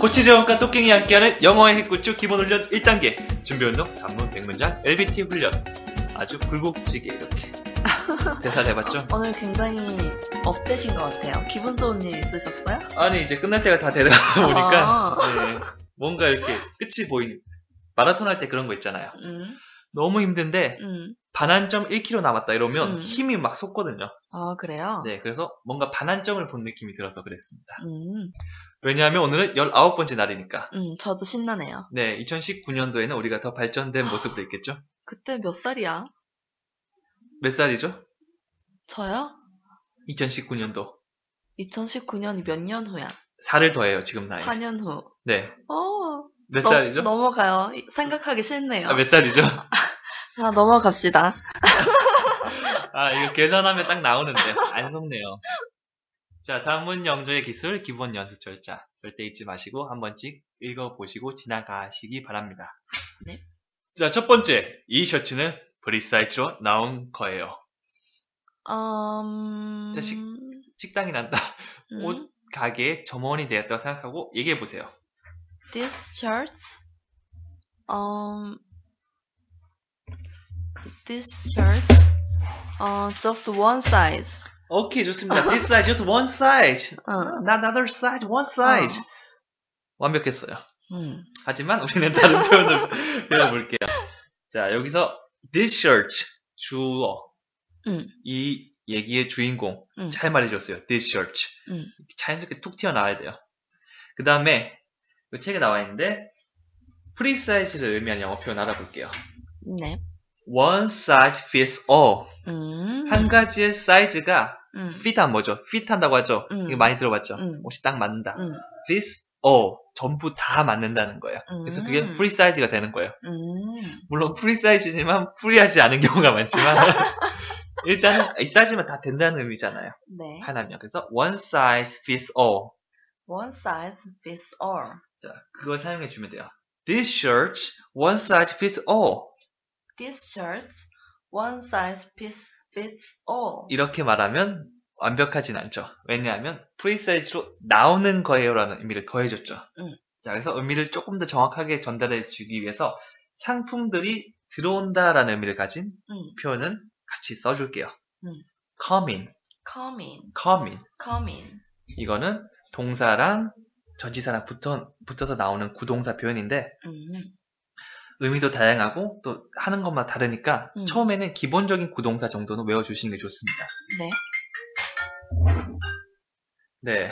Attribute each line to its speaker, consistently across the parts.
Speaker 1: 코치재원과 똑갱이 함께하는 영어의 핵구축 기본훈련 1단계 준비운동 단문 100문장 LBT 훈련 아주 굴곡지게 이렇게 대사 해봤죠?
Speaker 2: 오늘 굉장히 업되신 것 같아요. 기분 좋은 일 있으셨어요?
Speaker 1: 아니 이제 끝날 때가 다 되다 보니까
Speaker 2: 아.
Speaker 1: 네, 뭔가 이렇게 끝이 보이는 마라톤 할 때 그런 거 있잖아요.
Speaker 2: 음,
Speaker 1: 너무 힘든데
Speaker 2: 음.
Speaker 1: 반환점 1km 남았다 이러면
Speaker 2: 음.
Speaker 1: 힘이 막 솟거든요.
Speaker 2: 아, 그래요?
Speaker 1: 네, 그래서 뭔가 반환점을 본 느낌이 들어서 그랬습니다.
Speaker 2: 음,
Speaker 1: 왜냐하면 오늘은 19번째 날이니까.
Speaker 2: 음, 저도 신나네요.
Speaker 1: 네, 2019년도에는 우리가 더 발전된 모습도 있겠죠?
Speaker 2: 그때 몇 살이야?
Speaker 1: 몇 살이죠?
Speaker 2: 저요?
Speaker 1: 2019년도.
Speaker 2: 2019년이 몇 년 후야?
Speaker 1: 4를 더해요, 지금 나이.
Speaker 2: 4년 후.
Speaker 1: 네.
Speaker 2: 어,
Speaker 1: 몇
Speaker 2: 넘-
Speaker 1: 살이죠?
Speaker 2: 넘어가요. 이- 생각하기 싫네요.
Speaker 1: 아, 몇 살이죠?
Speaker 2: 자, 넘어갑시다.
Speaker 1: 아, 이거 계산하면 딱 나오는데. 안 속네요. 자, 다음은 영어의 기술 기본 연습 절차. 절대 잊지 마시고 한 번씩 읽어보시고 지나가시기 바랍니다.
Speaker 2: 네.
Speaker 1: 자, 첫 번째. 이 셔츠는 브리사이즈로 나온 거예요.
Speaker 2: 음,
Speaker 1: 자식. 식당이 난다.
Speaker 2: 음,
Speaker 1: 옷. 가게의 점원이 되었다고 생각하고 얘기해보세요.
Speaker 2: This shirt, um, this shirt, uh, just one size.
Speaker 1: 오케이, 좋습니다. This size, just one size.
Speaker 2: 어,
Speaker 1: Not another size, one size. 완벽했어요.
Speaker 2: 음,
Speaker 1: 하지만 우리는 다른 표현을 배워볼게요. 자, 여기서 this shirt 주어
Speaker 2: 음.
Speaker 1: 이 얘기의 주인공
Speaker 2: 음.
Speaker 1: 잘 말해줬어요. this shirt
Speaker 2: 음.
Speaker 1: 자연스럽게 툭 튀어나와야 돼요. 그 다음에 이 책에 나와 있는데 프리사이즈를 의미하는 영어 표현 알아볼게요.
Speaker 2: 네.
Speaker 1: one size fits all
Speaker 2: 음,
Speaker 1: 한 가지의 사이즈가
Speaker 2: 음,
Speaker 1: fit한 뭐죠? fit한다고 하죠.
Speaker 2: 음.
Speaker 1: 이거 많이 들어봤죠.
Speaker 2: 음.
Speaker 1: 옷이 딱 맞는다.
Speaker 2: 음.
Speaker 1: fits all 전부 다 맞는다는 거예요. 그래서 그게
Speaker 2: 음.
Speaker 1: 프리사이즈가 되는 거예요.
Speaker 2: 음,
Speaker 1: 물론 프리사이즈지만 프리하지 않은 경우가 많지만 일단은 이 사이즈면 다 된다는 의미잖아요.
Speaker 2: 네.
Speaker 1: 하나면 그래서 one size fits all
Speaker 2: One size fits all.
Speaker 1: 자 그걸 사용해 주면 돼요. This shirt one size fits all
Speaker 2: This shirt, one size fits fits all.
Speaker 1: 이렇게 말하면 완벽하진 않죠. 왜냐하면 프리사이즈로 나오는 거예요라는 의미를 더해줬죠.
Speaker 2: 음.
Speaker 1: 자 그래서 의미를 조금 더 정확하게 전달해 주기 위해서 상품들이 들어온다라는 의미를 가진
Speaker 2: 음,
Speaker 1: 표현은 같이 써줄게요.
Speaker 2: 음.
Speaker 1: come in,
Speaker 2: come in,
Speaker 1: come in.
Speaker 2: come in.
Speaker 1: 이거는 동사랑 전치사랑 붙어, 붙어서 나오는 구동사 표현인데
Speaker 2: 음,
Speaker 1: 의미도 다양하고 또 하는 것만 다르니까
Speaker 2: 음.
Speaker 1: 처음에는 기본적인 구동사 정도는 외워주시는 게 좋습니다.
Speaker 2: 네.
Speaker 1: 네.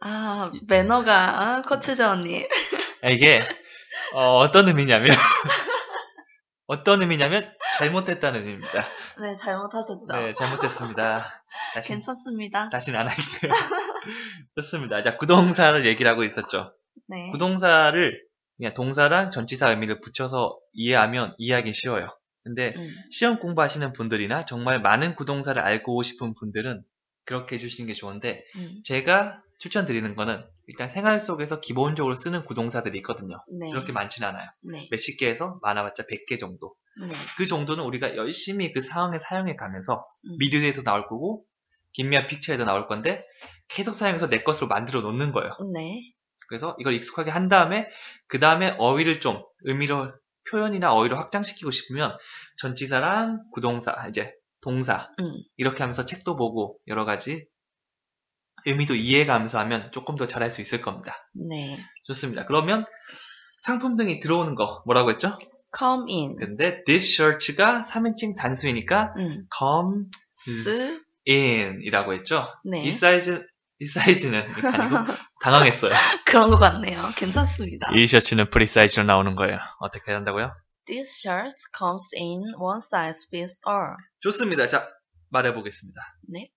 Speaker 2: 아, 매너가 아, 코치자
Speaker 1: 네.
Speaker 2: 언니. 아,
Speaker 1: 이게 어, 떤 의미냐면 어떤 의미냐면 잘못했다는 의미입니다.
Speaker 2: 네, 잘못하셨죠?
Speaker 1: 네, 잘못했습니다. 다시
Speaker 2: 괜찮습니다.
Speaker 1: 다시는 안 할게요. 좋습니다. 자, 구동사를 얘기를 하고 있었죠.
Speaker 2: 네.
Speaker 1: 구동사를 그냥 동사랑 전치사 의미를 붙여서 이해하면 이해하기 쉬워요. 근데
Speaker 2: 음,
Speaker 1: 시험 공부하시는 분들이나 정말 많은 구동사를 알고 싶은 분들은 그렇게 해주시는 게 좋은데
Speaker 2: 음,
Speaker 1: 제가 추천드리는 거는 일단 생활 속에서 기본적으로 쓰는 구동사들이 있거든요.
Speaker 2: 네.
Speaker 1: 그렇게 많진 않아요.
Speaker 2: 네.
Speaker 1: 몇십 개에서 많아봤자 100개 정도.
Speaker 2: 네.
Speaker 1: 그 정도는 우리가 열심히 그 상황에 사용해 가면서
Speaker 2: 음.
Speaker 1: 미드에도 나올 거고 김미아 픽처에도 나올 건데 계속 사용해서 내 것으로 만들어 놓는 거예요.
Speaker 2: 네.
Speaker 1: 그래서 이걸 익숙하게 한 다음에 그 다음에 어휘를 좀 의미로 표현이나 어휘로 확장시키고 싶으면 전치사랑 구동사 이제 동사
Speaker 2: 음.
Speaker 1: 이렇게 하면서 책도 보고 여러 가지 의미도 이해가면서 하면 조금 더 잘할 수 있을 겁니다.
Speaker 2: 네.
Speaker 1: 좋습니다. 그러면 상품 등이 들어오는 거 뭐라고 했죠?
Speaker 2: come in.
Speaker 1: 근데 this shirt가 3인칭 단수이니까
Speaker 2: 음.
Speaker 1: comes in 이라고 했죠?
Speaker 2: 네.
Speaker 1: 이 사이즈 이 사이즈는 아니고 당황했어요.
Speaker 2: 그런 것 같네요. 괜찮습니다.
Speaker 1: 이 셔츠는 프리사이즈로 나오는 거예요. 어떻게 해야 한다고요?
Speaker 2: This shirt comes in one size fits all.
Speaker 1: 좋습니다. 자, 말해보겠습니다.
Speaker 2: 네.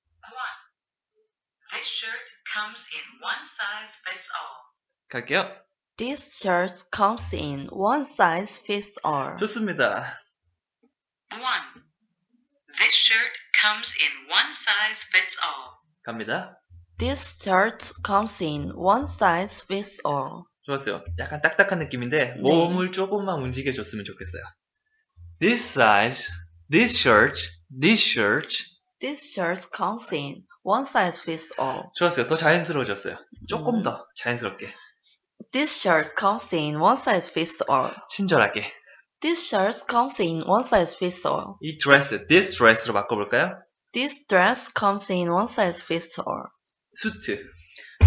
Speaker 3: This shirt comes in one size fits all.
Speaker 1: 갈게요.
Speaker 2: This shirt comes in one size fits all.
Speaker 1: 좋습니다.
Speaker 3: 1. This shirt comes in one size fits all.
Speaker 1: 갑니다.
Speaker 2: This shirt comes in one size fits all.
Speaker 1: 좋았어요. 약간 딱딱한 느낌인데
Speaker 2: 네.
Speaker 1: 몸을 조금만 움직여줬으면 좋겠어요. This size, this shirt, this shirt.
Speaker 2: This shirt comes in one size fits all.
Speaker 1: 좋았어요. 더 자연스러워졌어요. 조금
Speaker 2: 음.
Speaker 1: 더 자연스럽게.
Speaker 2: This shirt comes in one size fits all.
Speaker 1: 친절하게.
Speaker 2: This shirt comes in one size fits all.
Speaker 1: 이 dress, this dress로 바꿔볼까요?
Speaker 2: This dress comes in one size fits all.
Speaker 1: 수트.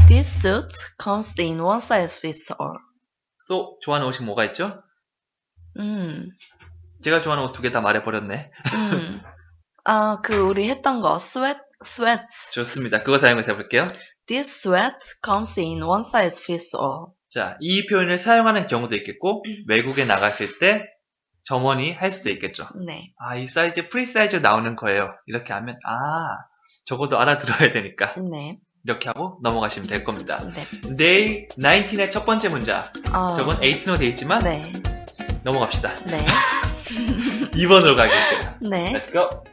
Speaker 2: This suit comes in one size fits all.
Speaker 1: 또 좋아하는 옷이 뭐가 있죠?
Speaker 2: 음,
Speaker 1: 제가 좋아하는 옷 두 개 다 말해버렸네.
Speaker 2: 음. 아, 그 우리 했던 거 sweat, sweat.
Speaker 1: 좋습니다. 그거 사용해서 해볼게요.
Speaker 2: This sweat comes in one size fits all.
Speaker 1: 자, 이 표현을 사용하는 경우도 있겠고,
Speaker 2: 음.
Speaker 1: 외국에 나갔을 때 점원이 할 수도 있겠죠.
Speaker 2: 네,
Speaker 1: 아, 이 사이즈, 프리 사이즈 나오는 거예요. 이렇게 하면, 아, 적어도 알아들어야 되니까.
Speaker 2: 네,
Speaker 1: 이렇게 하고 넘어가시면 될 겁니다.
Speaker 2: 네.
Speaker 1: Day 19의 첫 번째 문자.
Speaker 2: 아,
Speaker 1: 저건 18로 돼 있지만,
Speaker 2: 네,
Speaker 1: 넘어갑시다.
Speaker 2: 네,
Speaker 1: 2번으로 가겠습니다.
Speaker 2: 네.
Speaker 1: Let's go.